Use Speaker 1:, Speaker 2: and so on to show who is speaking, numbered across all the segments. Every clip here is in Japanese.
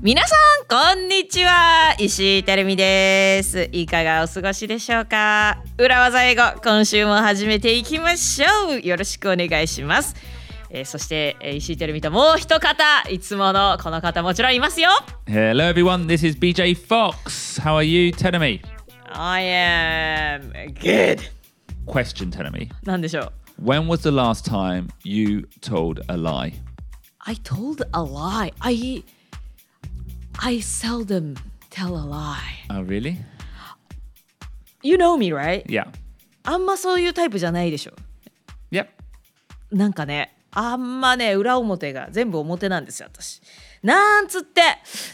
Speaker 1: 皆さんこんにちは石井てるみですいかがお過ごしでしょうか裏技英語今週も始めていきましょうよろしくお願いします、えーそして、えー石井てるみともう一方いつものこの方もちろんいますよ
Speaker 2: Hello, everyone. This is BJ Fox. How are you, Tenemy?
Speaker 1: I am good
Speaker 2: Question, Tenemy.
Speaker 1: なんでしょう
Speaker 2: When was the last time you told a lie?
Speaker 1: I told a lie I I seldom tell a lie
Speaker 2: Oh, really?
Speaker 1: You know me right
Speaker 2: Yeah.
Speaker 1: あんまそういうタイプじゃないでしょ
Speaker 2: Yep.
Speaker 1: なんかねあんまね裏表が全部表なんですよ私なんつって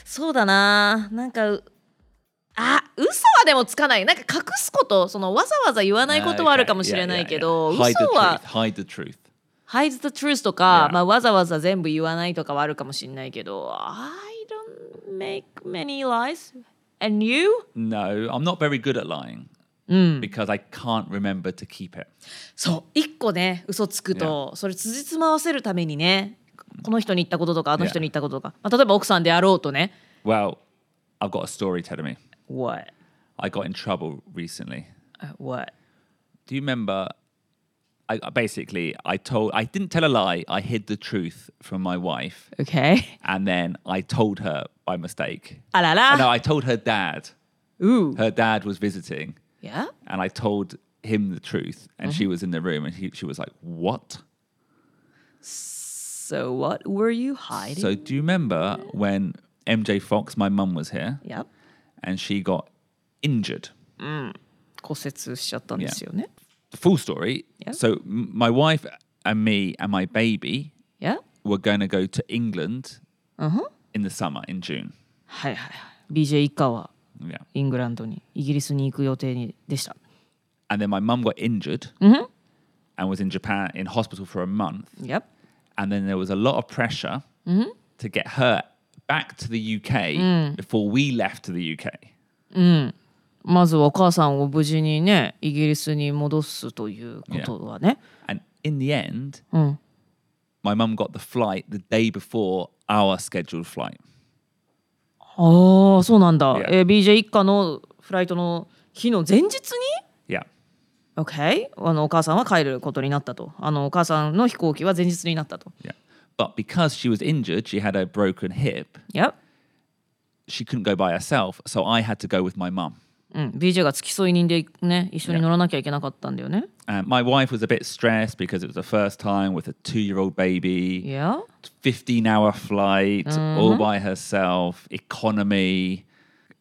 Speaker 1: そうだななんかうあ嘘はでもつかないなんか隠すことそのわざわざ言わないことはあるかもしれないけど、
Speaker 2: Yeah, yeah, yeah.
Speaker 1: 嘘は
Speaker 2: Hide the truth. Hide the truth.
Speaker 1: 「Hide the truth」とか、
Speaker 2: Yeah.
Speaker 1: まあ、わざわざ全部言わないとかはあるかもしれないけど I don't make many lies and you?
Speaker 2: No, I'm not very good at lying because I can't remember to keep it.
Speaker 1: そう一個ね嘘つくと、それ辻褄合わせるためにねこの人に言ったこととかあの人に言ったこととか、まあ、例えば奥さんであろうとね
Speaker 2: Well, I've got a story, Tenemy.
Speaker 1: What?
Speaker 2: I got in trouble recently.
Speaker 1: Uh, What?
Speaker 2: Do you remember? I basically I told I didn't tell a lie. I hid the truth from my wife.
Speaker 1: Okay.
Speaker 2: and then I told her by mistake.
Speaker 1: あら
Speaker 2: Oh, no,
Speaker 1: ら。
Speaker 2: I told her dad.
Speaker 1: Ooh.
Speaker 2: Her dad was visiting,
Speaker 1: Yeah?
Speaker 2: and I told him the truth,
Speaker 1: Mm-hmm.
Speaker 2: and she was in the room, and he, she was like, "What?"
Speaker 1: So what were you hiding?
Speaker 2: So, do you remember when MJ Fox, my mum, was here,
Speaker 1: yep.
Speaker 2: and she got injured?
Speaker 1: 骨折しちゃったんですよね。
Speaker 2: The full story.
Speaker 1: Yeah.
Speaker 2: So, m- my wife and me and my baby
Speaker 1: Yeah?
Speaker 2: were going to go to England
Speaker 1: Mm-hmm.
Speaker 2: in the summer in June.
Speaker 1: はいはいはい。BJ 一家は
Speaker 2: Yeah,
Speaker 1: イングランドに、イギリスに行く予定にでした。
Speaker 2: and then my mum got injured
Speaker 1: Mm-hmm.
Speaker 2: and was in Japan in hospital for a month.
Speaker 1: Yep.
Speaker 2: and then there was a lot of pressure to get her back to the UK before we left to the UK.
Speaker 1: まずはお母さんを無事にね、イギリスに戻すということはね。
Speaker 2: And in the end, my mum got the flight the day before our scheduled flight.
Speaker 1: ああ、そうなんだ。
Speaker 2: Yeah.
Speaker 1: えー BJ 一家のフライトの日の前日に
Speaker 2: Yeah.
Speaker 1: ?OK。あのお母さんは帰ることになったと。あのお母さんの飛行機は前日になったと。
Speaker 2: Yeah. But because she was injured, she had a broken hip,
Speaker 1: Yep.
Speaker 2: she couldn't go by herself. So I had to go with my mum.
Speaker 1: うん、BJ が付き添い人でね一緒に乗らなきゃいけなかったんだよね。
Speaker 2: And my wife was a bit stressed because it was the first time with a two year old baby,
Speaker 1: いや
Speaker 2: fifteen hour flight all by herself, economy.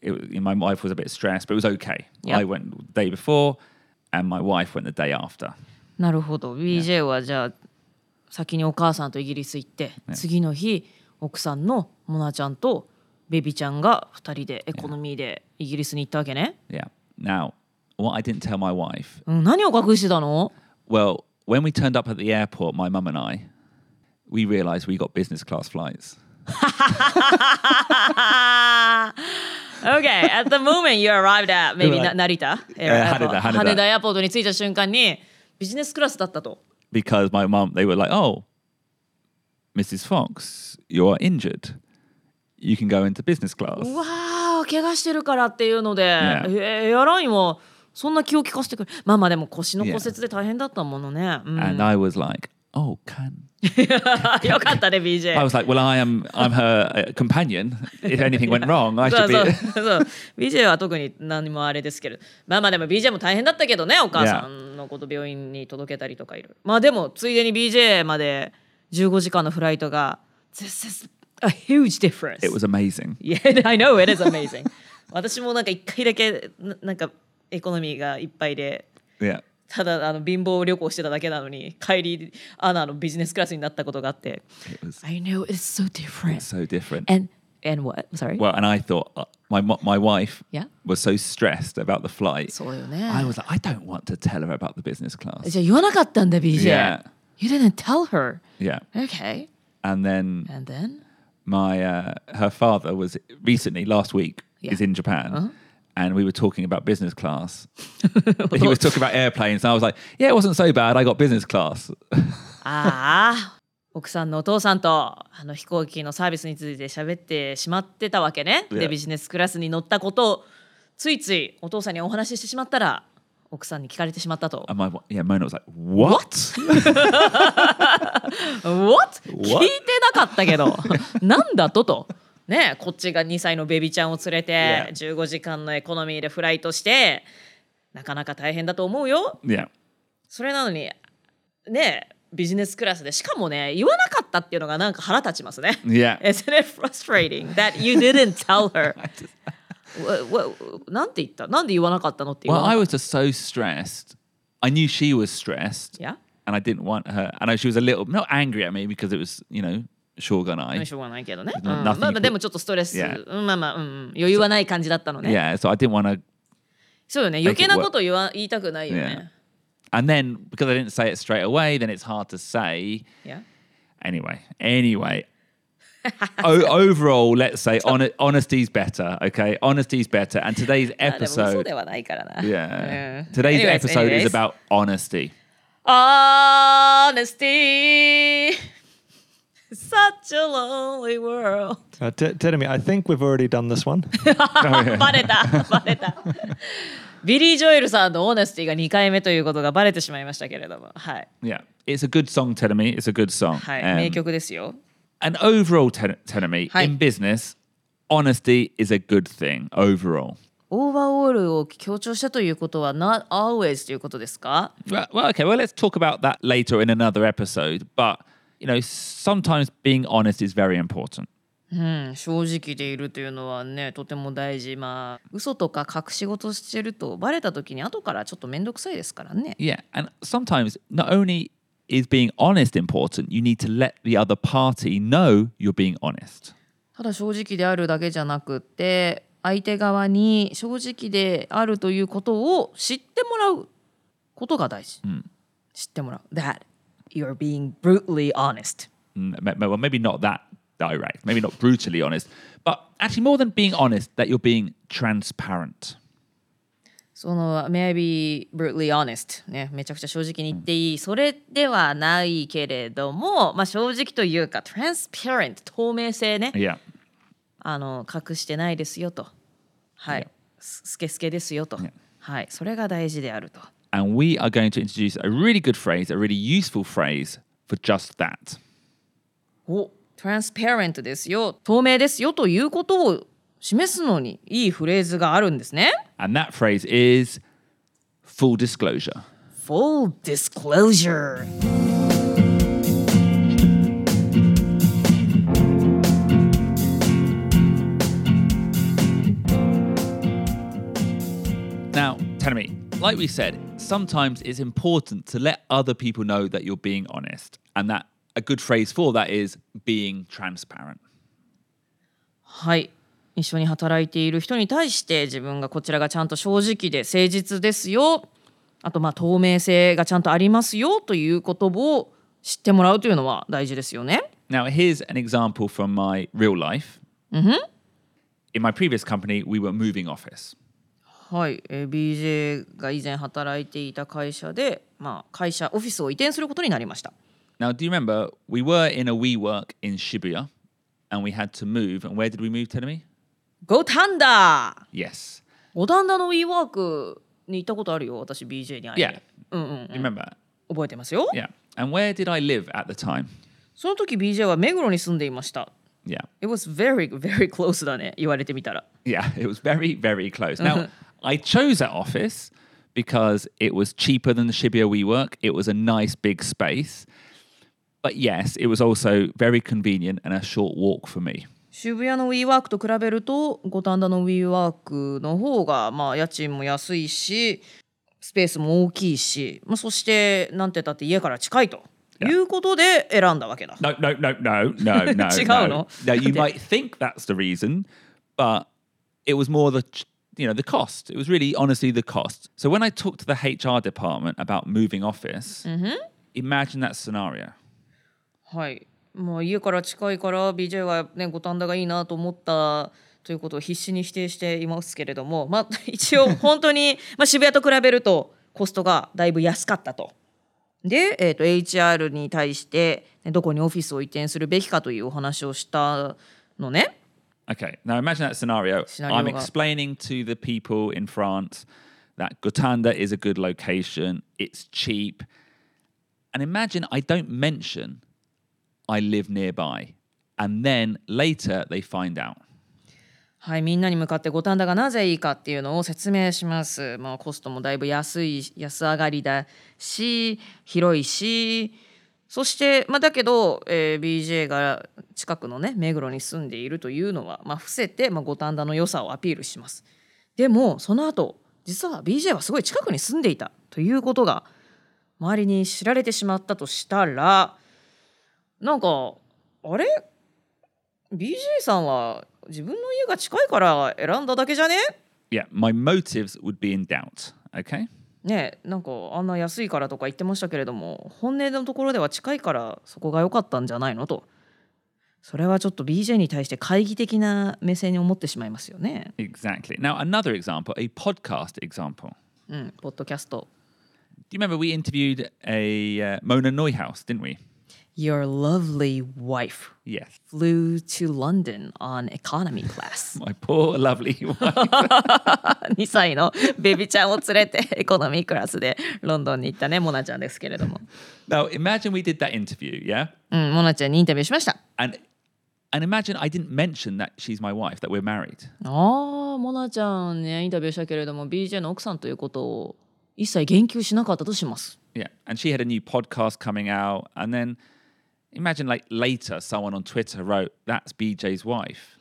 Speaker 2: It, wa- my wife was a bit stressed, but it was okay.
Speaker 1: Yeah.
Speaker 2: I went the day before, and my wife went the day after.
Speaker 1: なるほど BJ はじゃあ先にお母さんとイギリス行って、次の日奥さんのモナちゃんとベビちゃんが2人でエコノミーでイギリスに行ったわけね。
Speaker 2: Yeah. Now, what I didn't tell my wife,
Speaker 1: うん、何を隠してたの
Speaker 2: well, when we turned up at the airport, my mum and I, we realised we got business class flights.
Speaker 1: ?OK, at the moment you arrived at maybe な
Speaker 2: Right.
Speaker 1: 成田
Speaker 2: えー羽田羽田
Speaker 1: 羽田エアポートに着いた瞬間にビジネスクラスだったと。
Speaker 2: because my mum, they were like, oh, Mrs. Fox, you're injured. You can go into business class.
Speaker 1: わあ怪我してるからっていうので、えエアラインはそんな気を利かせてくるまあまあでも腰の骨折で大変だったものね、うん
Speaker 2: And I was like, oh, can
Speaker 1: よかったね
Speaker 2: I
Speaker 1: BJ
Speaker 2: was like, well, I am, I'm her uh, companion. If anything went wrong, I
Speaker 1: そ
Speaker 2: should
Speaker 1: うそう
Speaker 2: be.
Speaker 1: そう BJ は特に何もあれですけどまあまあでも BJ も大変だったけどねお母さんのこと病院に届けたりとかいるまあでもついでに BJ まで15時間のフライトが This is a huge difference
Speaker 2: It was amazing.
Speaker 1: Yeah, I know it is amazing 私もなんか一回だけななんかエコノミーがいっぱいで
Speaker 2: Yeah.
Speaker 1: ただあの貧乏旅行してただけなのに帰りアナのビジネスクラスになったことがあって。
Speaker 2: It was
Speaker 1: I know it's so different.
Speaker 2: so different.
Speaker 1: And and what? Sorry.
Speaker 2: Well, and I thought uh, my mo- my wife
Speaker 1: Yeah.
Speaker 2: was so stressed about the flight.
Speaker 1: そうよね。
Speaker 2: I was like, I don't want to tell her about the business class.
Speaker 1: じゃあ言わなかったんだ BJ。
Speaker 2: Yeah.
Speaker 1: You didn't tell her.
Speaker 2: Yeah.
Speaker 1: Okay.
Speaker 2: And then
Speaker 1: And then?
Speaker 2: my uh, her father was recently last week
Speaker 1: Yeah. Uh-huh.
Speaker 2: is in Japan, and we were talking about business class. he was talking about airplanes, and I was like, "Yeah, it wasn't so bad. I got business class."
Speaker 1: ああ。奥さんのお父さんとあの飛行機のサービスについて喋ってしまってたわけね。
Speaker 2: Yeah.
Speaker 1: でビジネスクラスに乗ったことをついついお父さんにお話ししてしまったら奥さんに聞かれてしまったと。
Speaker 2: And my yeah, Mona was like, "What?
Speaker 1: What? 聞い
Speaker 2: What？
Speaker 1: てなかったけど なんだとと。ねこっちが2歳のベビちゃんを連れて
Speaker 2: Yeah.
Speaker 1: 15時間のエコノミーでフライトしてなかなか大変だと思うよ
Speaker 2: yeah,
Speaker 1: それなのにねビジネスクラスでしかもね言わなかったっていうのがなんか腹立ちますね
Speaker 2: yeah."
Speaker 1: Isn't it frustrating that you didn't tell her? わわなんて言ったなんで言わなかったのって言
Speaker 2: well,
Speaker 1: わ
Speaker 2: I
Speaker 1: な
Speaker 2: was just so stressed. I knew she was stressed,
Speaker 1: いや
Speaker 2: and I didn't want her. I know she was a little not angry at me because it was you know Shogun I.
Speaker 1: しょうがないけどね、うん
Speaker 2: There's
Speaker 1: ま
Speaker 2: no-
Speaker 1: あ
Speaker 2: nothing
Speaker 1: まあでもちょっとストレス、
Speaker 2: Yeah.
Speaker 1: うんまあまあ、うんうん、余裕はない感じだったのね
Speaker 2: Yeah, so I didn't want to.
Speaker 1: そうよね
Speaker 2: Make
Speaker 1: 余
Speaker 2: it
Speaker 1: 計なこと言わ言いたくないよね、
Speaker 2: And then because I didn't say it straight away, then it's hard to say.
Speaker 1: Yeah.
Speaker 2: Anyway, anyway. o- overall, let's say hon- honesty's better. Okay, honesty's better. And today's
Speaker 1: あでも嘘
Speaker 2: episode,
Speaker 1: ではないからな
Speaker 2: yeah,
Speaker 1: うん
Speaker 2: today's
Speaker 1: Anyways,
Speaker 2: episode
Speaker 1: anyways.
Speaker 2: is about honesty.
Speaker 1: Honesty Such a lonely world
Speaker 3: Uh, t- tell me, I think we've already done this one.
Speaker 1: バレたバレたビリー・ジョエルさんのオーネスティが2回目ということがバレてしまいましたけれどもはい
Speaker 2: Yeah, it's a good song, Tenemy. It's a good song.
Speaker 1: はい、
Speaker 2: Um,
Speaker 1: 名曲ですよ
Speaker 2: and overall, Ten- Tenemy
Speaker 1: Hi.
Speaker 2: in business, honesty is a good thing overall.
Speaker 1: オーバーオールを強調したということは not always ということですか
Speaker 2: Well, well, okay. Well, let's talk about that later in another episode. But you know, sometimes being honest is very important.
Speaker 1: うん正直でいるというのはねとても大事まあ嘘とか隠し事してるとバレた時に後からちょっと面倒くさいですからね
Speaker 2: Yeah, and sometimes not only is being honest important, you need to let the other party know you're being honest.
Speaker 1: ただ正直であるだけじゃなくって相手側に正直であるということを知ってもらうことが大事、知ってもらう That you're being brutally honest
Speaker 2: Mm, ma- ma- Well, maybe not that direct, maybe not brutally honest, but actually more than being honest, that you're being transparent.
Speaker 1: その maybe brutally honest ねめちゃくちゃ正直に言っていい、それではないけれどもまあ正直というか transparent 透明性ね
Speaker 2: Yeah,
Speaker 1: あの隠してないですよとはいすすけすけですよとはいそれが大事であると
Speaker 2: and we are going to introduce a really good phrase, a really useful phrase for just that.
Speaker 1: お transparent ですよ透明ですよということを示すのにいいフレーズがあるんですね
Speaker 2: And that phrase is full disclosure.
Speaker 1: full disclosure
Speaker 2: Now, Tanami, like we said, sometimes it's important to let other people know that you're being honest. And that a good phrase for that is being transparent.
Speaker 1: はい一緒に働いている人に対して自分がこちらがちゃんと正直で誠実ですよあとまあ透明性がちゃんとありますよということを知ってもらうというのは大事ですよね
Speaker 2: Now, here's an example from my real life. In my previous company, we were moving office.
Speaker 1: はい、えー BJ が以前働いていた会社で、まあ、会社オフィスを移転することになりました
Speaker 2: Now, do you remember we were in a WeWork in Shibuya and we had to move. And where did we move, Tanami?
Speaker 1: ゴタンダー
Speaker 2: Yes.
Speaker 1: ゴタンダの WeWork に行ったことあるよ私 BJ に会いに
Speaker 2: Yeah. You remember?
Speaker 1: 覚えてますよ、
Speaker 2: Yeah. And where did I live at the time?
Speaker 1: その時 BJ は目黒に住んでいました
Speaker 2: Yeah.
Speaker 1: It was very very close だね言われてみたら
Speaker 2: Yeah, it was very, very close. Now, I chose that office because it was cheaper than the Shibuya WeWork. It was a nice big space. But yes, it was also very convenient and a short walk for me.
Speaker 1: 渋谷の WeWork と比べると五反田の WeWork の方がまあ家賃も安いしスペースも大きいし、まあ、そしてなんて言ったって家から近いということで選んだわけだ。
Speaker 2: No, no, no, no, no, no.
Speaker 1: Chigano.
Speaker 2: no. Now, you might think that's the reason, but it was more the, ch- you know, the cost. It was really, honestly, the cost. So when I talked to the HR department about moving office, imagine that scenario.
Speaker 1: はい、まあ、家から近いから BJ はね五反田がいいなと思ったということを必死に否定していますけれども、まあ、 一応本当に、まあ、渋谷と比べるとコストがだいぶ安かったと。で、えー、と HR に対してねどこにオフィスを移転するべきかというお話をしたのね。
Speaker 2: Okay, now imagine that scenario.
Speaker 1: Scenario
Speaker 2: I'm
Speaker 1: what?
Speaker 2: explaining to the people in France that Gotanda is a good location, it's cheap. And imagine I don't mention I live nearby. And then later they find out.
Speaker 1: はい、みんなに向かって五反田がなぜいいかっていうのを説明します。まあ、コストもだいぶ安い安上がりだし広いしそして、まあ、だけど、えー BJ が近くのね目黒に住んでいるというのは、まあ、伏せて、まあ、五反田の良さをアピールします。でもその後実は BJ はすごい近くに住んでいたということが周りに知られてしまったとしたらなんかあれ BJ さんは自分の家が近いから選んだだけじゃね
Speaker 2: Yeah, my motives would be in doubt. Okay.
Speaker 1: ねえなんかあんな安いからとか言ってましたけれども本音のところでは近いからそこが良かったんじゃないのとそれはちょっと BJ に対して懐疑的な目線に思ってしまいますよね。
Speaker 2: Exactly. Now, another example, a podcast example.
Speaker 1: うん、ポッドキャスト
Speaker 2: Do you remember we interviewed a uh, Mona Neuhaus, didn't we?
Speaker 1: 「Your lovely wife
Speaker 2: Yes.
Speaker 1: flew to London on economy class
Speaker 2: My poor lovely wife. 」
Speaker 1: 2歳のベビちゃんを連れて エコノミークラスでロンドンに行ったねモナちゃんですけれども、
Speaker 2: now, imagine we did that interview, yeah?
Speaker 1: うん、モナちゃんにインタビューしました。
Speaker 2: and and imagine I didn't mention that she's my wife, that we're married.
Speaker 1: ああ、モナちゃんね、インタビューしたけれども、BJ の奥さんということを一切言及しなかったとします。
Speaker 2: Yeah, and she had a new podcast coming out, and then imagine like later someone on Twitter wrote, "That's BJ's wife."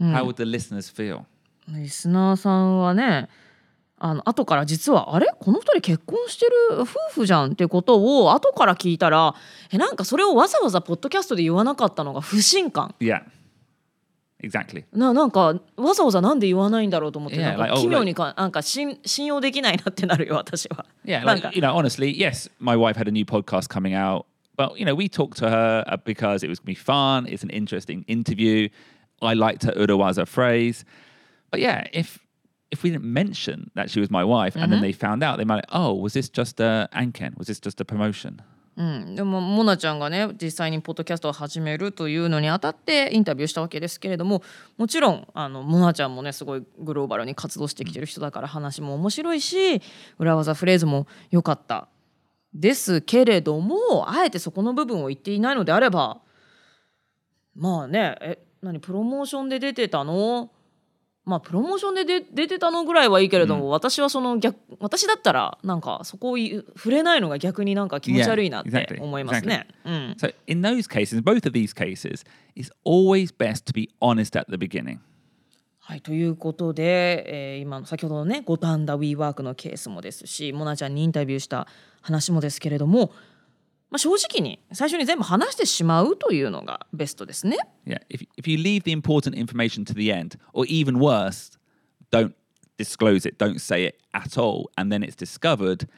Speaker 2: How would the listeners feel?
Speaker 1: リスナーさんはね、あの後から実はあれこの二人結婚してる夫婦じゃんってことを後から聞いたらえなんかそれをわざわざポッドキャストで言わなかったのが不信感
Speaker 2: Yeah, exactly.
Speaker 1: ななんかわざわざなんで言わないんだろうと思って
Speaker 2: Yeah,
Speaker 1: なん
Speaker 2: like,
Speaker 1: か
Speaker 2: oh,
Speaker 1: 奇妙にかなんか信信用できないなってなるよ私は
Speaker 2: Yeah,
Speaker 1: なん
Speaker 2: like
Speaker 1: か
Speaker 2: you know, honestly, yes, my wife had a new podcast coming out, but you know, we talked to her uh, because it was gonna be fun. It's an interesting interview. I liked her Urawaza phrase, but yeah, if if we didn't mention that she was my wife, and then they found out, they might, oh, was this just a anken? Was this just a promotion?
Speaker 1: うん、でもモナちゃんがね実際にポッドキャストを始めるというのにあたってインタビューしたわけですけれどももちろんあのモナちゃんもねすごいグローバルに活動してきてる人だから話も面白いし裏技フレーズも良かったですけれどもあえてそこの部分を言っていないのであればまあねえ何プロモーションで出てたのまあプロモーションで出出てたのぐらいはいいけれども、私はその逆私だったらなんかそこを言う触れないのが逆になんか気持ち悪いなっ
Speaker 2: Yeah,
Speaker 1: て
Speaker 2: exactly,
Speaker 1: 思いますね。うん、
Speaker 2: So in those cases, both of these cases, it's always best to be honest at the beginning.
Speaker 1: はいということで、えー今の先ほどのね五反田 WeWork のケースもですしモナちゃんにインタビューした話もですけれども、まあ、正直に最初に全部話してしまうというのがベストですね。
Speaker 2: Yeah, if if you leave the important information to the end, or even worse, don't disclose it, don't say it at all, and then it's discovered,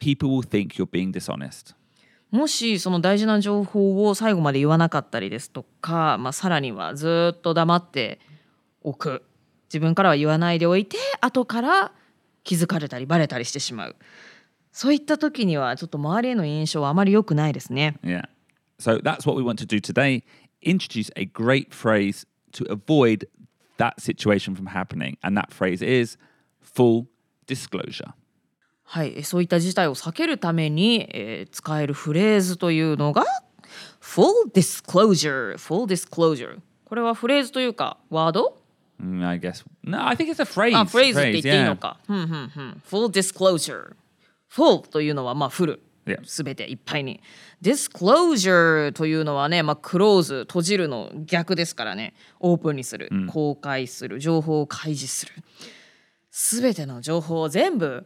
Speaker 2: people will think you're being dishonest.
Speaker 1: もしその大事な情報を最後まで言わなかったりですとか、まあ、さらにはずっと黙っておく自分からは言わないでおいて後から気づかれたりバレたりしてしまうそういった時にはちょっと周りへの印象はあまり良くないですね。
Speaker 2: Yeah. So that's what we want to do today. Introduce a great phrase to avoid that situation from happening, and that phrase is full disclosure.
Speaker 1: はい、えそういった事態を避けるために、えー使えるフレーズというのが full disclosure full disclosure これはフレーズというかワード
Speaker 2: Mm, I guess. No, I think it's a phrase.
Speaker 1: あ、フレーズって言っていいのか。うんうんうん。full disclosure。full というのはまあフル
Speaker 2: Yeah.。
Speaker 1: すべていっぱいに。disclosure というのはね、まあ close 閉じるの逆ですからね。オープンにする、公開する、情報を開示する。すべての情報を全部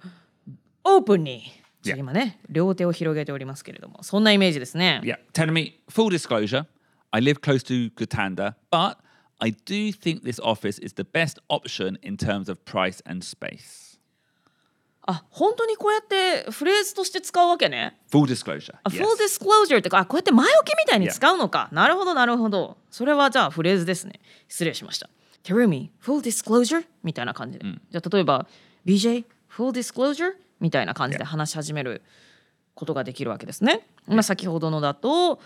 Speaker 1: オープンに。
Speaker 2: Yeah.
Speaker 1: 今ね、両手を広げておりますけれども、そんなイメージですね。
Speaker 2: Yeah, telling me full disclosure, I live close to Gutanda, but I do think this office is the best option in terms of price and space.
Speaker 1: あ、本当にこうやってフレーズとして使うわけね。
Speaker 2: Full disclosure.
Speaker 1: あ、
Speaker 2: yes.
Speaker 1: full disclosure ってかあこうやって前置きみたいに使うのか。なるほどなるほど。それはじゃあフレーズですね。失礼しました。Terumi, full disclosure みたいな感じで。じゃあ例えば BJ, full disclosure みたいな感じで話し始めることができるわけですね。まあ先ほどのだと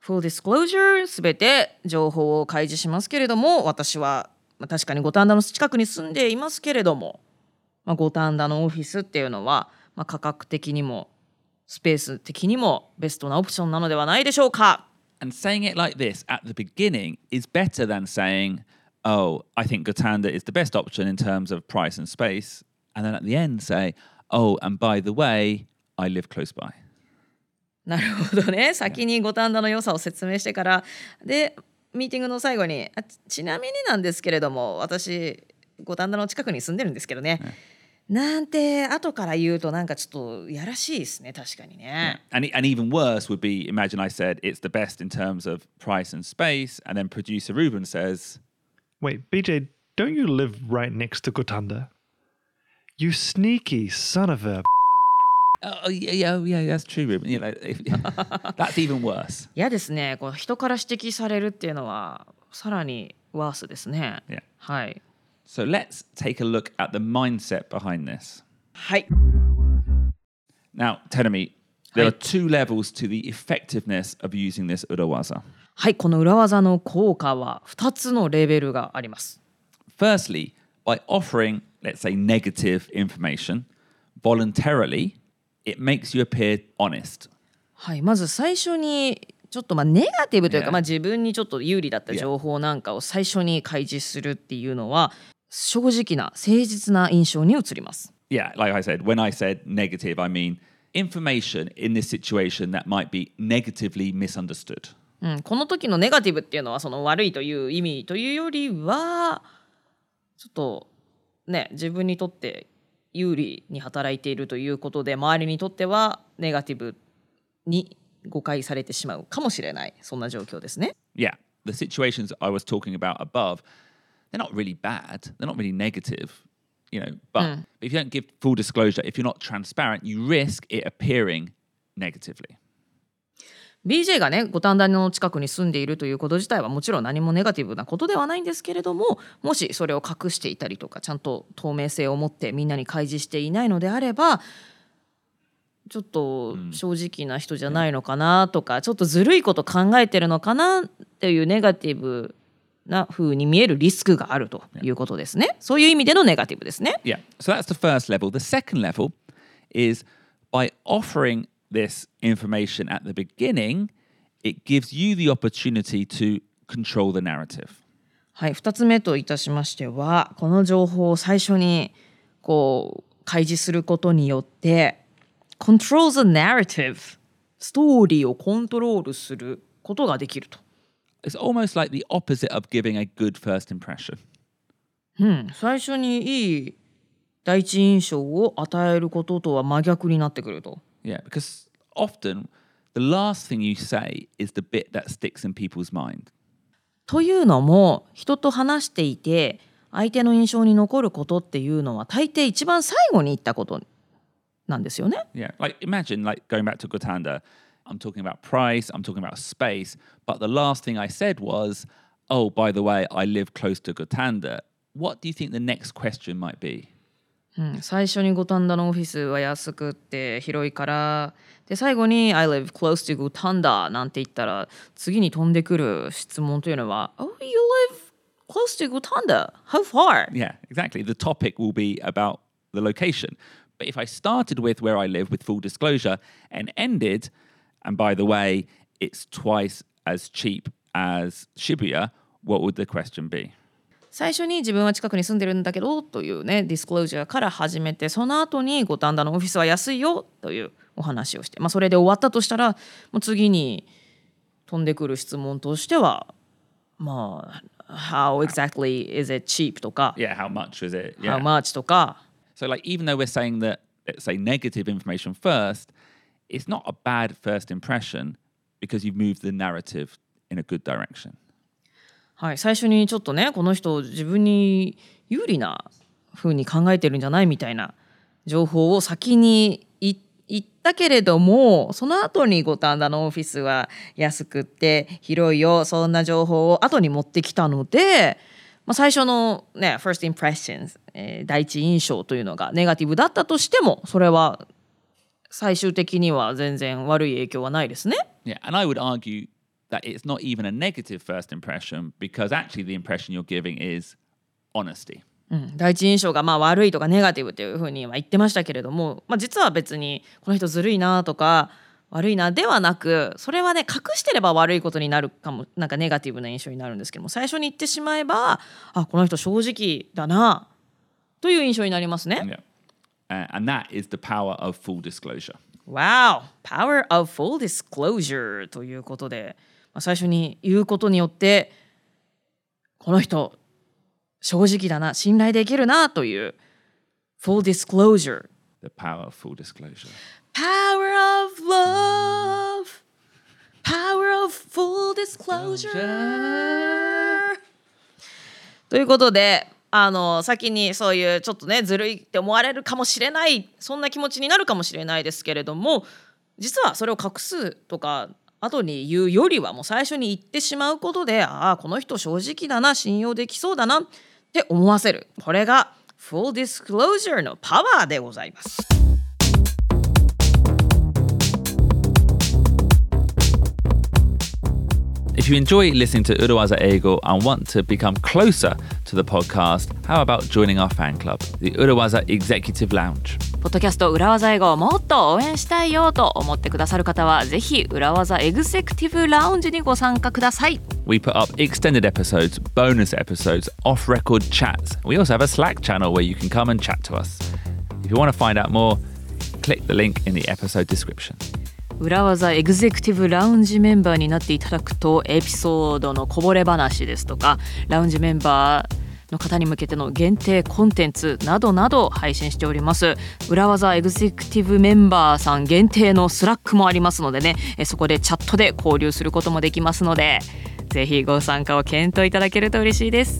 Speaker 1: full disclosure すべて情報を開示しますけれども私は、まあ、確かに五反田の近くに住んでいますけれども、まあ、五反田のオフィスっていうのは、まあ、価格的にもスペース的にもベストなオプションなのではないでしょうか
Speaker 2: And saying it like this at the beginning is better than saying, oh, I think Gotanda is the best option in terms of price and space. And then at the end say, oh, and by the way, I live close by.
Speaker 1: なるほどね先に五反田の良さを説明してからでミーティングの最後にあちちなみになんですけれども私五反田の近くに住んでるんですけどね、なんて後から言うとなんかちょっとやらしいですね確かにね、
Speaker 2: And, e- and even worse would be imagine I said it's the best in terms of price and space. And then producer Ruben says,
Speaker 3: Wait, BJ, don't you live right next to Gotanda? You sneaky son of a.
Speaker 2: oh, yeah, yeah, oh, yeah that's true, Ruben. You know, if, that's even worse.
Speaker 1: 嫌ですねこう人から指摘されるっていうのはさらにワースですね、
Speaker 2: Yeah.
Speaker 1: はい。
Speaker 2: So let's take a look at the mindset behind this.
Speaker 1: はい
Speaker 2: Now, Tenemi, there
Speaker 1: Hi.
Speaker 2: are two levels to the effectiveness of using this urawaza.
Speaker 1: はいこの裏技の効果は2つのレベルがあります。
Speaker 2: Firstly, by offering, let's say, negative information voluntarily, it makes you appear honest.
Speaker 1: はい、まず最初にちょっとまあネガティブというか、
Speaker 2: Yeah.
Speaker 1: まあ、自分にちょっと有利だった
Speaker 2: Yeah.
Speaker 1: 情報なんかを最初に開示するっていうのは正直な誠実な印象に移ります。
Speaker 2: Yeah, like I said, when I said negative, I mean information in this situation that might be negatively misunderstood.
Speaker 1: うん、この時のネガティブっていうのはその悪いという意味というよりはちょっとね自分にとって有利に働いているということで周りにとってはネガティブに誤解されてしまうかもしれないそんな状況ですね。
Speaker 2: Yeah, the situations I was talking about above, they're not really bad. They're not really negative, you know. But if you don't give full disclosure, if you're not transparent, you risk it appearing negatively.
Speaker 1: BJ がね五反田の近くに住んでいるということ自体はもちろん何もネガティブなことではないんですけれどももしそれを隠していたりとかちゃんと透明性を持ってみんなに開示していないのであればちょっと正直な人じゃないのかなとか、ちょっとずるいこと考えてるのかなっていうネガティブな風に見えるリスクがあるということですね。そういう意味でのネガティブですね。
Speaker 2: Yeah. So that's the first level. The second level is by offering this information at the beginning, it gives you the opportunity to control the narrative.
Speaker 1: はい、2つ目といたしましてはこの情報を最初にこう開示することによって control the narrative ストーリーをコントロールすることができると、
Speaker 2: It's almost like the opposite of giving a good first impression.
Speaker 1: うん、最初にいい第一印象を与えることとは真逆になってくると
Speaker 2: Yeah, because often the last thing you say is the bit that sticks in people's mind.
Speaker 1: というのも人と話していて相手の印象に残ることっていうのは大抵一番最後に言ったことなんですよね
Speaker 2: Yeah, like imagine like going back to Gotanda, I'm talking about price, I'm talking about space, but the last thing I said was, "Oh, by the way, I live close to Gotanda." What do you think the next question might be?
Speaker 1: うん最初に五反田のオフィスは安くって広いからで最後に「I live close to 五反田」なんて言ったら次に飛んでくる質問というのは「Oh, you live close to 五反田 How far?」
Speaker 2: Yeah, exactly. The topic will be about the location. But if I started with where I live with full disclosure and ended, and by the way, it's twice as cheap as Shibuya, what would the question be?
Speaker 1: 最初に自分は近くに住んでるんだけどというねディスクロージャーから始めてその後に五反田のオフィスは安いよというお話をして、まあ、それで終わったとしたらもう次に飛んでくる質問としてはまあ「How exactly is it cheap?」とか
Speaker 2: Yeah, how much is it?
Speaker 1: 「How
Speaker 2: Yeah.
Speaker 1: much?」とか
Speaker 2: So, like, even though we're saying that, let's say, negative information first, it's not a bad first impression because you've moved the narrative in a good direction.
Speaker 1: はい、最初にちょっとねこの人自分に有利な風に考えてるんじゃないみたいな情報を先にい言ったけれどもその後に五反田のオフィスは安くって広いよそんな情報を後に持ってきたので、まあ、最初のね first impressions、えー第一印象というのがネガティブだったとしてもそれは最終的には全然悪い影響はないですね。
Speaker 2: Yeah. And I would argue that it's not even a negative first impression because actually the impression you're giving is honesty.
Speaker 1: うん第一印象がまあ悪いとかネガティブというふうには言ってましたけれども、まあ、実は別にこの人ずるいなとか悪いなではなくそれはね隠してれば悪いことになるかもなんかネガティブな印象になるんですけども最初に言ってしまえばあこの人正直だなという印象になりますね。
Speaker 2: Yeah. Uh, and that is the power of full disclosure.
Speaker 1: Wow! Power of full disclosure ということで、まあ、最初に言うことによってこの人正直だな信頼できるなという full disclosure
Speaker 2: The power of full disclosure.
Speaker 1: Power of love Power of full disclosure ということであの先にそういうちょっとねずるいって思われるかもしれないそんな気持ちになるかもしれないですけれども実はそれを隠すとか後に言うよりはもう最初に言ってしまうことでああこの人正直だな信用できそうだなって思わせるこれが full disclosure のパワーでございます。
Speaker 2: If you enjoy listening to Uruwaza Ego and want to become closer to the podcast, how about joining our fan club, the Uruwaza Executive Lounge?
Speaker 4: ポッドキャスト裏技英語をもっと応援したいよと思ってくださる方はぜひ裏技エグゼクティブラウンジにご参加ください
Speaker 2: We put up extended episodes, bonus episodes, off record chats. We also have a Slack channel where you can come and chat to us. If you want to find out more, click the link in the episode description.
Speaker 4: 裏技エグゼクティブラウンジメンバーになっていただくとエピソードのこぼれ話ですとかラウンジメンバーの方に向けての限定コンテンツなどなど配信しております裏技エグゼクティブメンバーさん限定のスラックもありますのでねえそこでチャットで交流することもできますのでぜひご参加を検討いただけると嬉しいです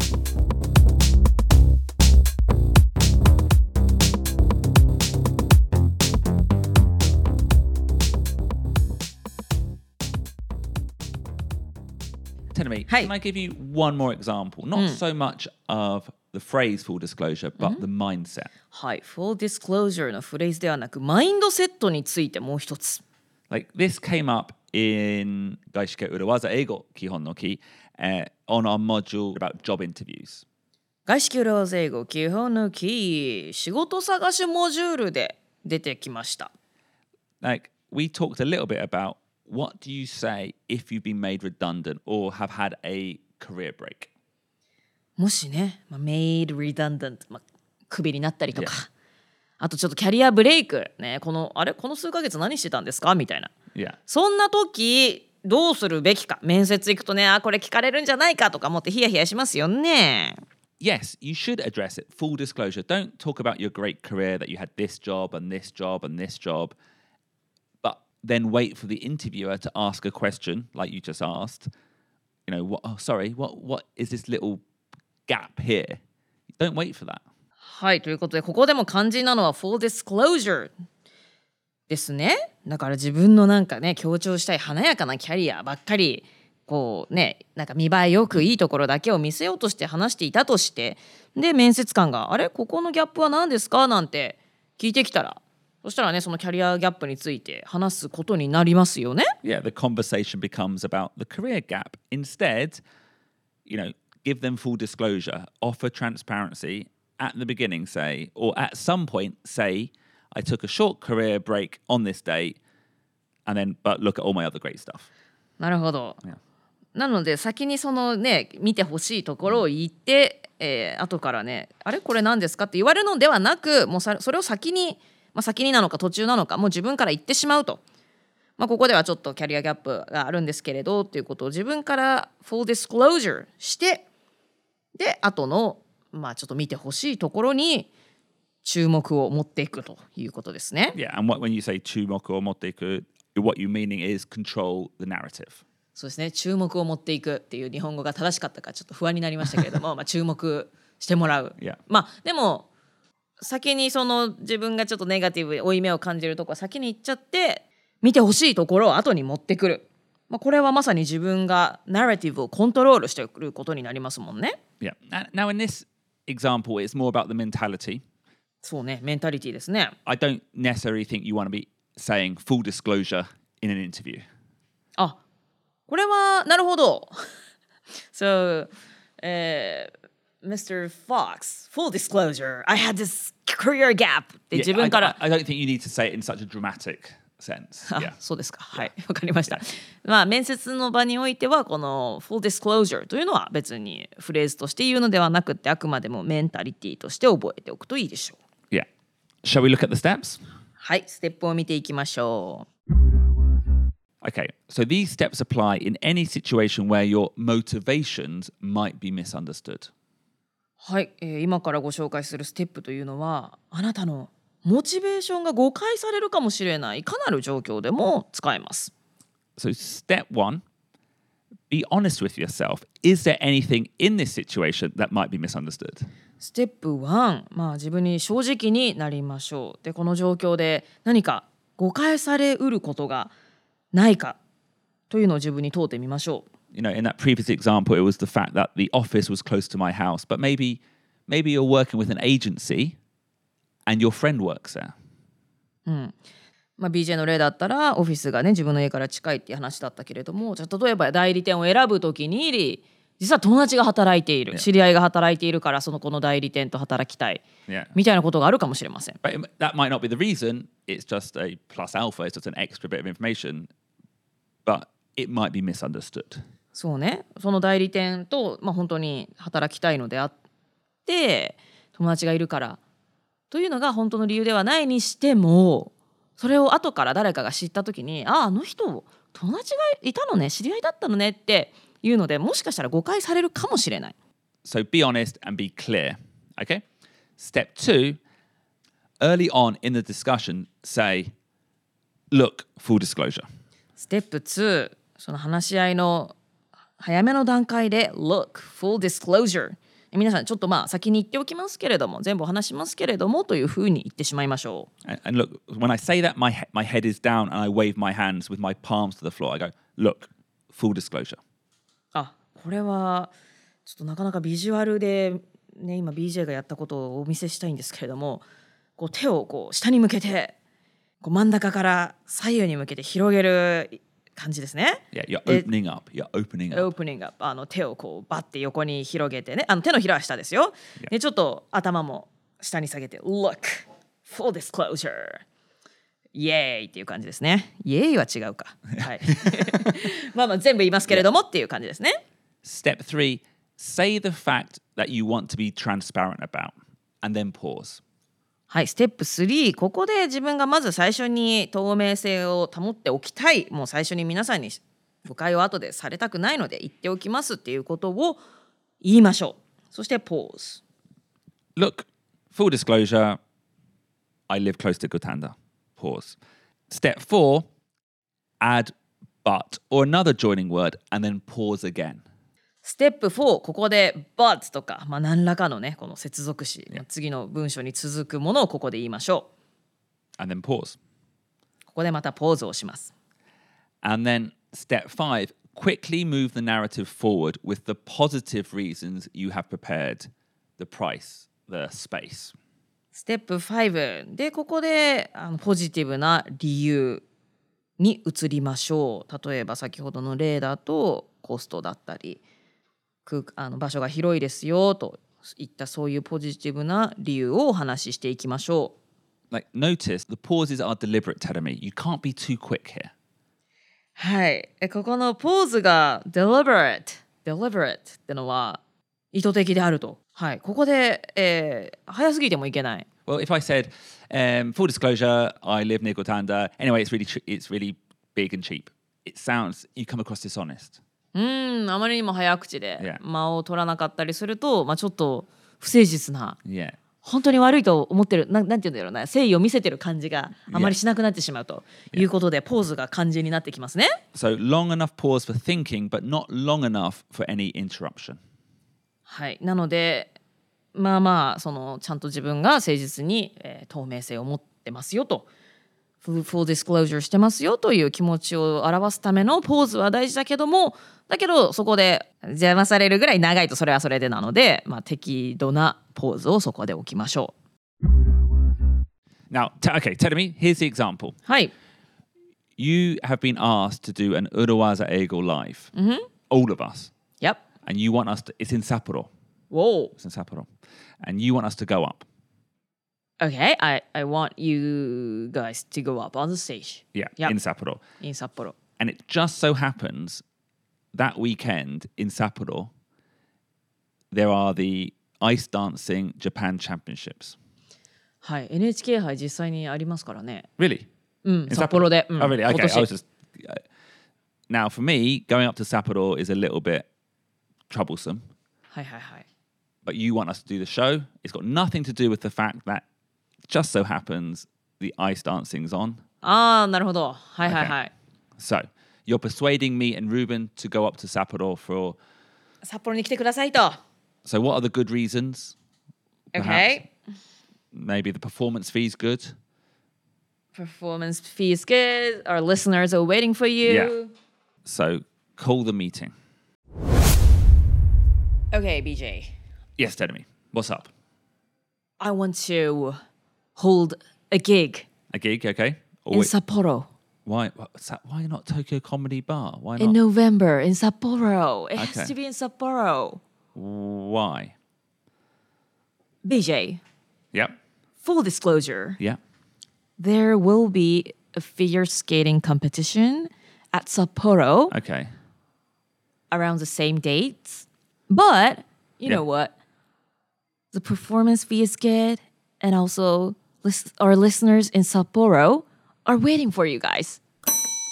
Speaker 2: Tell me,
Speaker 1: Hey.
Speaker 2: can I give you one more example? Not so much of the phrase full disclosure, but the mindset.
Speaker 1: はい、full disclosure のフレーズではなく、マインドセットについてもう一つ。
Speaker 2: Like this came up in Gaishike Urawaza Eigo Kihon no Ki uh, on our module about job interviews.
Speaker 1: 外資給料税後基本のキー、仕事探しモジュールで出てきました。
Speaker 2: like we talked a little bit about what do you say if you've been made redundant or have had a career break
Speaker 1: もしね、まあ、made redundant、まあ、クビになったりとか、あとちょっとキャリアブレイク、ね、この、あれ、この数ヶ月何してたんですかみたいな。
Speaker 2: yeah
Speaker 1: そんな時、どうするべきか。面接行くとね、あ、これ聞かれるんじゃないかとか思ってヒヤヒヤしますよね。
Speaker 2: yes you should address it full disclosure don't talk about your great career that you had this job and this job and this job but then wait for the interviewer to ask a question like you just asked you know what oh sorry what what is this little gap here don't wait for that
Speaker 1: はい、ということで、ここでも肝心なのは full disclosure ですね。だから自分のなんかね、強調したい華やかなキャリアばっかり、こうね、なんか見栄えよくいいところだけを見せようとして話していたとして、で、面接官が、あれここのギャップは何ですかなんて聞いてきたら、そしたらね、そのキャリアギャップについて話すことになりますよね。
Speaker 2: yeah, the conversation becomes about the career gap. Instead, you know, give them full disclosure, offer transparency at the beginning, say, or at some point, say, I took a short career break on this date, and then, but look at all my other great stuff.
Speaker 1: なるほど。なので先にそのね見てほしいところを言って、えー後からね「あれこれ何ですか?」って言われるのではなくもうさそれを先に、まあ、先になのか途中なのかもう自分から言ってしまうと、まあ、ここではちょっとキャリアギャップがあるんですけれどっていうことを自分から「full disclosure」してで後のまあちょっと見てほしいところに注目を持っていくということですね。
Speaker 2: Yeah, and what, when you say chumoku or moteku, what you meaning is control the narrative.
Speaker 1: そうですね注目を持っていくっていう日本語が正しかったかちょっと不安になりましたけれどもまあ注目してもらう、
Speaker 2: Yeah.
Speaker 1: まあでも先にその自分がちょっとネガティブ負い目を感じるとこは先に行っちゃって見てほしいところを後に持ってくる、まあ、これはまさに自分がナラティブをコントロールしてくることになりますもんね
Speaker 2: Yeah. Now- Now, in this example, it's more about the mentality.
Speaker 1: そうねメンタリティーですね
Speaker 2: I don't necessarily think you want to be saying full disclosure in an interview.
Speaker 1: あこれはなるほど。so, えー Mr. Fox, full disclosure, I had this career gap って
Speaker 2: Yeah,
Speaker 1: 自分から
Speaker 2: I, I don't think you need to say it in such a dramatic sense.
Speaker 1: あ
Speaker 2: yeah.
Speaker 1: そうですか。はい。 わかりました。まあ、面接の場においては、この full disclosure というのは別にフレーズとして言うのではなくて、あくまでもメンタリティとして覚えておくといいでしょう。
Speaker 2: Yeah. Shall we look at the steps?
Speaker 1: はい。ステップを見ていきましょう。
Speaker 2: Okay, so these steps apply in any situation where your motivations might be misunderstood.
Speaker 1: はい、えー今からご紹介するステップというのはあなたのモチベーションが誤解されるかもしれないいかなる状況でも使えます。
Speaker 2: So, step one, be honest with yourself. Is there anything in this situation that might be misunderstood?
Speaker 1: ステップ1、まあ、自分に正直になりましょう。でこの状況で何か誤解されうることがないかというのを自分に問うてみましょう。
Speaker 2: You know, in that previous example, it was the fact that the office was close to my house, but maybe, maybe you're working with an agency and your friend works there.
Speaker 1: まあ、BJ の例だったらオフィスがね自分の家から近いっていう話だったけれどもじゃあ例えば代理店を選ぶときに実は友達が働いている知り合いが働いているからその子の代理店と働きたい
Speaker 2: Yeah.
Speaker 1: みたいなことがあるかもしれません。
Speaker 2: But it- that might not be the reason. It's just a plus alpha. It's just an extra bit of information, but it might be misunderstood.
Speaker 1: そうねその代理店と、まあ、本当に働きたいのであって友達がいるからというのが本当の理由ではないにしてもそれを後から誰かが知った時に「あああの人友達がいたのね知り合いだったのね」っていうのでもしかしたら誤解されるかもしれない。
Speaker 2: So be honest and be clear. Okay. Step two early on in the discussion, say, look, full disclosure.
Speaker 1: ステップ2その話し合いの早めの段階で「Look, full disclosure」皆さんちょっとまあ先に言っておきますけれども全部お話しますけれどもというふうに言ってしまいましょう。
Speaker 2: And, and look, when I say that, my, he- my head is down and I wave my hands with my palms to the floor. I go, look, full disclosure.
Speaker 1: あこれはちょっとなかなかビジュアルで、ね、今 BJ がやったことをお見せしたいんですけれどもこう手をこう下に向けてこう真ん中から左右に向けて広げる感じですね。
Speaker 2: Yeah, you're
Speaker 1: で
Speaker 2: opening up. You're opening
Speaker 1: オー
Speaker 2: up.
Speaker 1: プニングアップあの手をこうバッて横に広げてねあの手のひらは下ですよ。でちょっと頭も下に下げて「Look full disclosure」イエーイっていう感じですね。イエーイは違うか。はい、 まあまあ全部言いますけれどもっていう感じですね。
Speaker 2: Step three, say the fact that you want to be transparent about and then pause.
Speaker 1: はい、ステップ3ここで自分がまず最初に透明性を保っておきたいもう最初に皆さんに誤解を後でされたくないので言っておきますっていうことを言いましょうそしてポーズ
Speaker 2: Look, full disclosure, I live close to Gotanda. Pause. Step four, add but or another joining word and then pause again.
Speaker 1: ステップ4ここで but とか、まあ、何らかのねこの接続詞、まあ次の文章に続くものをここで言いましょ
Speaker 2: And then pause.
Speaker 1: うここでまたポーズをします
Speaker 2: And then step five, quickly move the narrative forward with the positive reasons you have prepared the price, the space.
Speaker 1: ステップ5でここであのポジティブな理由に移りましょう例えば先ほどの例だとコストだったり空あの場所が広いですよといったそういうポジティブな理由をお話ししていきましょう
Speaker 2: Like, notice the pauses are deliberate, Tadami. You can't be too quick here.
Speaker 1: はいえここのポーズが deliberate deliberate ってのは意図的であるとはいここで、えー早すぎてもいけない
Speaker 2: Well, if I said, um, full disclosure, I live near Gotanda. Anyway, it's really tr- it's really big and cheap. It sounds you come across dishonest.
Speaker 1: うんあまりにも早口で
Speaker 2: Yeah.
Speaker 1: 間を取らなかったりすると、まあ、ちょっと不誠実な
Speaker 2: Yeah,
Speaker 1: 本当に悪いと思ってるななんて言うんだろうな誠意を見せてる感じがあまりしなくなってしまうということで、ポーズが肝心になってきますね。
Speaker 2: So long enough pause for thinking, but not long enough for any interruption.
Speaker 1: はい、なのでまあまあそのちゃんと自分が誠実に、えー透明性を持ってますよと。フルディスクロージュしてますよという気持ちを表すためのポーズは大事だけどもだけどそこで邪魔されるぐらい長いとそれはそれでなので、まあ、適度なポーズをそこで置きましょう。
Speaker 2: Now, t- okay, tell me. Here's the example.
Speaker 1: はい、
Speaker 2: you have been asked to do an Urawaza Ego live. All of us.
Speaker 5: Yep.
Speaker 2: And you want us to, it's in Sapporo.
Speaker 5: Whoa.
Speaker 2: It's in Sapporo. And you want us to go up.
Speaker 5: Okay. I I want you guys to go up on the stage
Speaker 2: Yeah,
Speaker 5: Yep.
Speaker 2: in Sapporo.
Speaker 5: in Sapporo.
Speaker 2: And it just so happens that weekend in Sapporo, there are the ice dancing Japan Championships.
Speaker 5: はい。NHK 杯実際にありますからね。
Speaker 2: Really?
Speaker 5: うん。
Speaker 2: In
Speaker 5: 札幌で。うん
Speaker 2: oh, really?
Speaker 5: 今
Speaker 2: Okay. I
Speaker 5: 年
Speaker 2: was just. uh, Now, for me, going up to Sapporo is a little bit troublesome,
Speaker 5: はいはいはい。
Speaker 2: but you want us to do the show. It's got nothing to do with the fact that just so happens the ice dancing's on.
Speaker 5: ああ、なるほど。はいはいはい。
Speaker 2: So you're persuading me and Ruben to go up to Sapporo for.
Speaker 5: 札幌に来てくださいと。
Speaker 2: So, what are the good reasons? Perhaps.
Speaker 5: Okay.
Speaker 2: Maybe the performance fee's good.
Speaker 5: Performance fee is good. Our listeners are waiting for you.
Speaker 2: So call the meeting.
Speaker 5: Okay, BJ.
Speaker 2: Yes, Denemy. What's up?
Speaker 1: I want to hold a gig
Speaker 2: A gig, okay? Or
Speaker 1: in
Speaker 2: wait,
Speaker 1: Sapporo
Speaker 2: why? What's that? Why not Tokyo Comedy Bar? Why
Speaker 1: in
Speaker 2: not?
Speaker 1: November in Sapporo. It
Speaker 2: Okay.
Speaker 1: has to be in Sapporo.
Speaker 2: Why?
Speaker 1: BJ,
Speaker 2: Yep.
Speaker 1: full disclosure.
Speaker 2: Yep.
Speaker 1: there will be a figure skating competition at Sapporo
Speaker 2: Okay.
Speaker 1: around the same dates. But you
Speaker 2: Yeah.
Speaker 1: know what? The performance fee is good, and also lis- our listeners in Sapporo are waiting for you guys.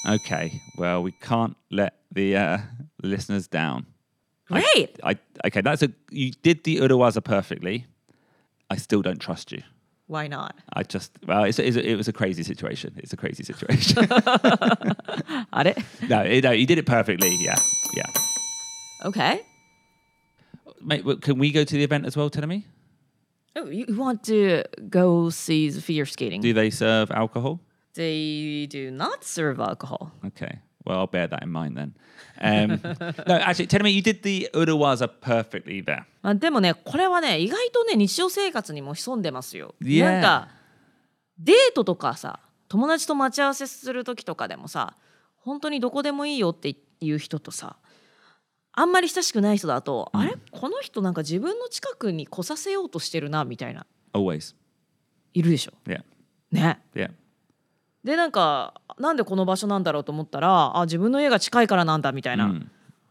Speaker 2: Okay. Well, we can't let the uh, listeners down.
Speaker 1: Great.
Speaker 2: I okay. That's a you did the Urawaza perfectly. I still don't trust you.
Speaker 1: Why not?
Speaker 2: I just well, it's, it's, it was a crazy situation. It's a crazy situation.
Speaker 1: Got it?
Speaker 2: no, it, no, you did it perfectly. Yeah, yeah.
Speaker 1: Okay.
Speaker 2: Mate, w- can we go to the event as well, Tenemy?
Speaker 1: Oh, you you want to go see the figure skating?
Speaker 2: Do they serve alcohol?
Speaker 5: They do not serve alcohol.
Speaker 2: Okay. Well, I'll bear that in mind then. Um, no, actually, Tenemy, you did the Urawaza perfectly there.
Speaker 1: まあ、でもねこれはね意外とね日常生活にも潜んでますよ。
Speaker 2: Yeah.
Speaker 1: なんかデートとかさ友達と待ち合わせする時とかでもさ本当にどこでもいいよっていう人とさあんまり親しくない人だと、あれこの人なんか自分の近くに来させようとしてるなみたいな
Speaker 2: Always.
Speaker 1: いるでしょ。
Speaker 2: Yeah.
Speaker 1: ね。
Speaker 2: Yeah.
Speaker 1: でなんかなんでこの場所なんだろうと思ったらあ自分の家が近いからなんだみたいな、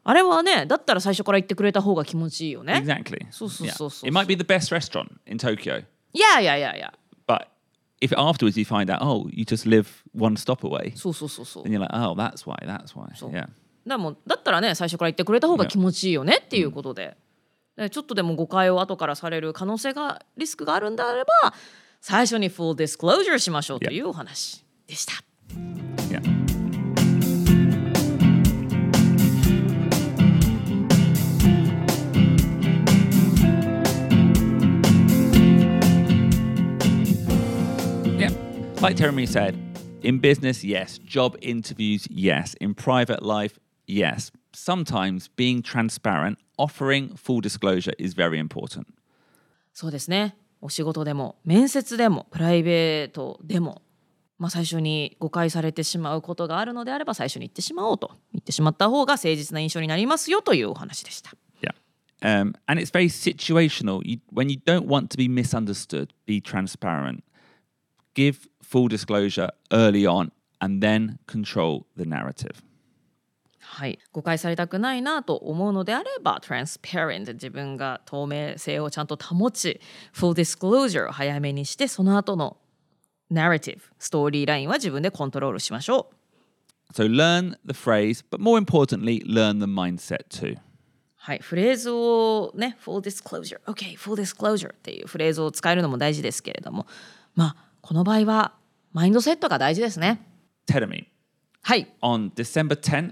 Speaker 1: あれはねだったら最初から言ってくれた方が気持ちいいよね。
Speaker 2: Exactly.
Speaker 1: Eh? So, so,
Speaker 2: Yeah.
Speaker 1: so, so,
Speaker 2: It might be the best restaurant in Tokyo,
Speaker 1: いやいやいやいや
Speaker 2: but if afterwards you find out, oh, you just live one stop away,
Speaker 1: そうそうそうそう
Speaker 2: then。you're like, oh, that's why, that's why. Yeah.
Speaker 1: だもうだったらね最初から言ってくれた方が気持ちいいよねっていうことで、でちょっとでも誤解を後からされる可能性がリスクがあるんであれば最初にフ l ディスクロージャーしましょうというお話でした。
Speaker 2: Yeah. Yeah. Like Jeremy said, in business, yes. Job interviews, yes. In private life, yes. Sometimes being transparent, offering full disclosure is very important.
Speaker 1: そうですねお仕事でも面接でもプライベートでも、まあ、最初に誤解されてしまうことがあるのであれば最初に言ってしまおうと言ってしまった方が誠実な印象になりますよというお話でした。
Speaker 2: Yeah. Um, and it's very situational. You, when you don't want to be misunderstood, be transparent. Give full disclosure early on and then control the narrative.
Speaker 1: はい、誤解されたくないなと思うのであれば transparent 自分が透明性をちゃんと保ち full disclosure を早めにしてその後の narrative ストーリーラインは自分でコントロールしましょう
Speaker 2: So learn the phrase, but more importantly, learn the mindset too.
Speaker 1: はいフレーズをね full disclosure OK full disclosure っていうフレーズを使えるのも大事ですけれどもまあこの場合はマインドセットが大事ですね
Speaker 2: Tedemi,
Speaker 1: はい
Speaker 2: on December 10th,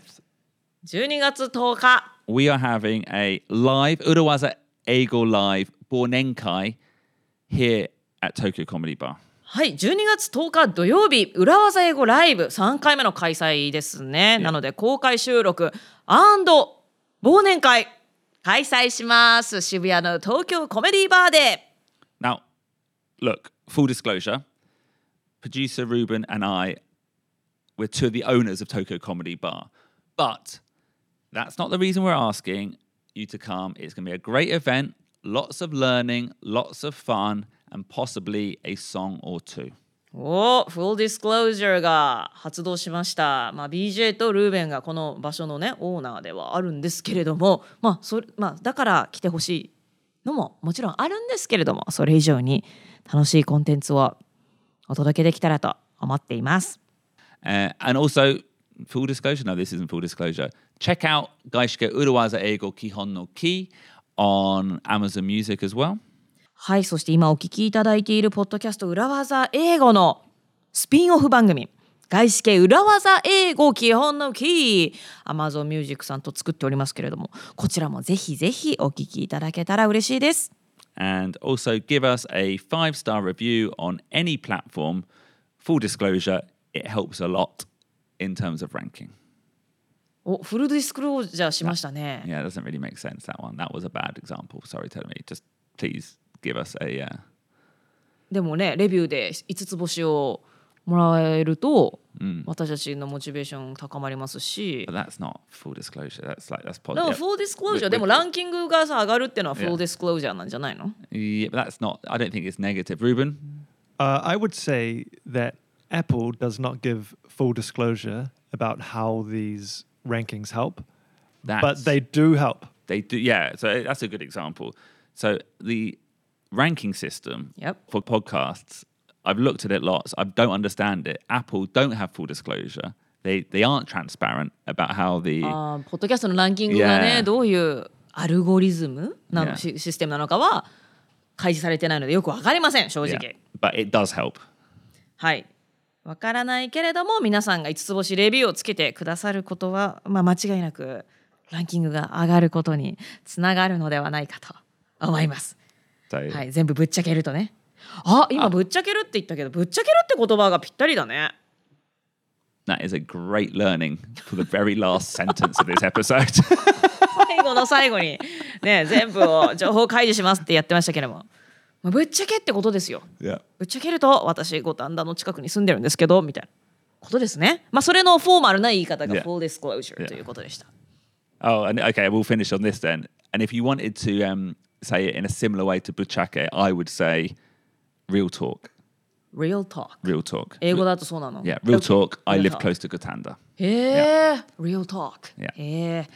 Speaker 1: 12月10日
Speaker 2: we are having a live Urawaza Ego Live Bornenkai here at Tokyo Comedy Bar.
Speaker 1: はい、12月10日土曜日、裏技英語ライブ3回目の開催ですね。なので公開収録忘年会開催します。渋谷の東京コメディバーで。
Speaker 2: Now, look, full disclosure, producer Ruben and I we're to the owners of Tokyo Comedy Bar. But that's not the reason we're asking you to come. It's going to be a great event, lots of learning, lots of fun, and possibly a song or two.
Speaker 1: おフルディスクロージャーが発動しました、まあ、BJ とルーベンがこの場所のねオーナーではあるんですけれども、まあそれまあ、だから来てほしいのももちろんあるんですけれどもそれ以上に楽しいコンテンツをお届けできたらと思っています。
Speaker 2: Uh, and also, full disclosure, no, this isn't full disclosure. Check out Gaishike Urawaza Eigo Kihon no Ki on Amazon Music as well.
Speaker 1: はい、そして今お聞きいただいているポッドキャスト裏技英語のスピンオフ番組外資系裏技英語基本のキー Amazon Music さんと作っておりますけれどもこちらもぜひぜひお聞きいただけたら嬉しいです。
Speaker 2: And also give us a five star review on any platform. Full disclosure, it helps a lot in terms of ranking.
Speaker 1: お、フルディスクロージャーしましたね。
Speaker 2: Yeah, it doesn't really make sense, that one. That was a bad example. Sorry, tell me. Just please give us a. Uh,
Speaker 1: でもね、レビューで5つ星をもらえると、私たちのモチベーション高まりますし
Speaker 2: but。that's not full disclosure. That's like, that's
Speaker 1: でも
Speaker 2: positive.
Speaker 1: フォーディスクロージャ
Speaker 2: We-
Speaker 1: ーでも
Speaker 2: we-
Speaker 1: ランキングがさ上がるってのはフォ
Speaker 2: Yeah.
Speaker 1: ーディスクロージャーなんじゃないの
Speaker 2: Yeah, but that's not, I don't think it's negative. Ruben?
Speaker 3: Uh, I would say that Apple does not give full disclosure about how these rankings help,
Speaker 2: That's,
Speaker 3: but they do help.
Speaker 2: They do, yeah. So that's a good example. So the ranking system
Speaker 1: Yep.
Speaker 2: for podcasts, I've looked at it lots. I don't understand it. Apple don't have full disclosure. They they aren't transparent about how the
Speaker 1: あーポッドキャストのランキングがね、
Speaker 2: Yeah.
Speaker 1: どういうアルゴリズムなの、
Speaker 2: Yeah.
Speaker 1: シシステムなのかは開示されてないのでよくわかりません正
Speaker 2: yeah.
Speaker 1: 直、
Speaker 2: but it does help.
Speaker 1: はいわからないけれども皆さんが5つ星レビューをつけてくださることは、まあ、間違いなくランキングが上がることにつながるのではないかと思います、
Speaker 2: So
Speaker 1: はい、全部ぶっちゃけるとねあ今ぶっちゃけるって言ったけどぶっちゃけるって言葉がぴったりだね
Speaker 2: that is a great learning for the very last sentence of this episode.
Speaker 1: 最後の最後にね全部を情報開示しますってやってましたけれどもまあぶっちゃけってことですよ
Speaker 2: yeah.
Speaker 1: ぶっちゃけると私五反田の近くに住んでるんですけどみたいなことですねまあそれのフォーマルな言い方が
Speaker 2: Yeah.
Speaker 1: full disclosure、
Speaker 2: Yeah.
Speaker 1: ということでした、
Speaker 2: Oh, and okay, we'll finish on this then. And if you wanted to um, say it in a similar way to Buchake, I would say real talk.
Speaker 1: real talk
Speaker 2: Real talk.
Speaker 1: 英語だとそうなの
Speaker 2: Yeah, real talk. I
Speaker 1: Real
Speaker 2: live
Speaker 1: talk.
Speaker 2: close to Gotanda.
Speaker 1: へえ real talk
Speaker 2: Yeah.
Speaker 1: へえ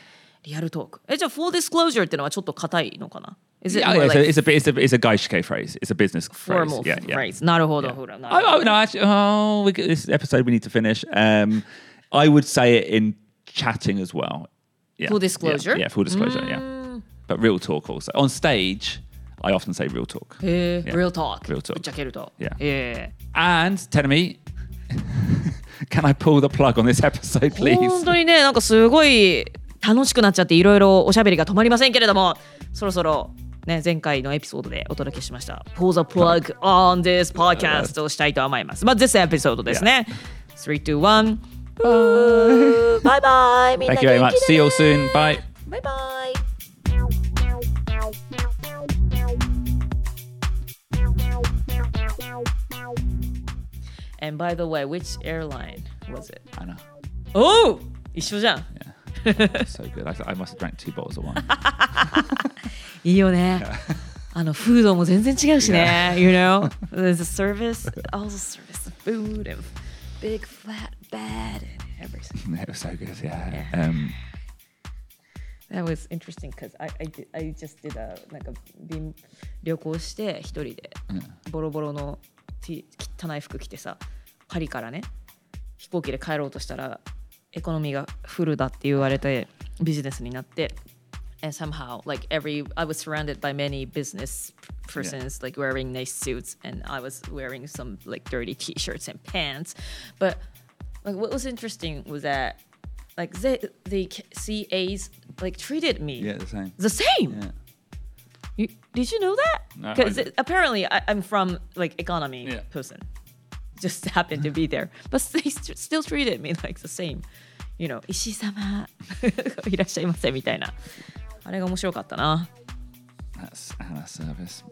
Speaker 1: リアルトークえじゃあ full disclosure ってのはちょっと硬いのかな Is it
Speaker 2: Yeah,
Speaker 1: more
Speaker 2: it's,
Speaker 1: like
Speaker 2: a, it's a bit- it's a it's a gaishike phrase. It's a business phrase.
Speaker 1: formal
Speaker 2: yeah, yeah.
Speaker 1: phrase なるほど、
Speaker 2: Yeah.
Speaker 1: ほらなるほど
Speaker 2: Oh, oh, no, actually, oh, we get, this episode we need to finish. Um, I would say it in chatting as well. Yeah.
Speaker 1: Full disclosure? Mm.
Speaker 2: Yeah, yeah, full disclosure. Yeah, but real talk also on stage. I often say real talk.
Speaker 1: へえ
Speaker 2: Yeah.
Speaker 1: real talk
Speaker 2: Real talk.
Speaker 1: ぶっちゃけると
Speaker 2: Yeah.
Speaker 1: へえ
Speaker 2: And Tenemi, can I pull the plug on this episode, please?
Speaker 1: 本当にねなんかすごい楽しくなっちゃっていろいろおしゃべりが止まりませんけれどもそろそろね前回のエピソードでお届けしました「Pull the plug on this podcast」をしたいと思いますまあ This episode ですね321バイバイみんな
Speaker 2: Thank you very
Speaker 1: 元
Speaker 2: much.
Speaker 1: 気で
Speaker 2: See you
Speaker 1: ね
Speaker 2: all soon. Bye.
Speaker 1: バイバイ And by the way, which airline was it?
Speaker 2: Anna,
Speaker 1: おう一緒じゃん
Speaker 2: so good. I, I must have drank two bottles of wine.
Speaker 1: いいよ ね。あのフードも全然違うしね。You know, there's a service, all the service, the food, and big flat bed, and everything.
Speaker 2: it was so good. Yeah. Um,
Speaker 1: That was interesting because I, I, did- I just did a なんか便旅行して一人でボロボロの T 汚い服着てさパリからね飛行機で帰ろうとしたらエコノミーがフルだって言われてビジネスになって。And somehow, like every, I was surrounded by many business persons, like wearing nice suits, and I was wearing some like dirty T-shirts and pants. But like, what was interesting was that like they, the CAs like treated me
Speaker 2: yeah, the same.
Speaker 1: the same.
Speaker 2: Yeah.
Speaker 1: You, did you know
Speaker 2: No, I
Speaker 1: that? Because
Speaker 2: didn't.
Speaker 1: apparently I, I'm from like economy
Speaker 2: Yeah.
Speaker 1: person, just happened to be there, but they st- still treated me like the same. You know, 石井 様いらっしゃいませみたいな。あれが面白かったな。
Speaker 2: That's Anna's service.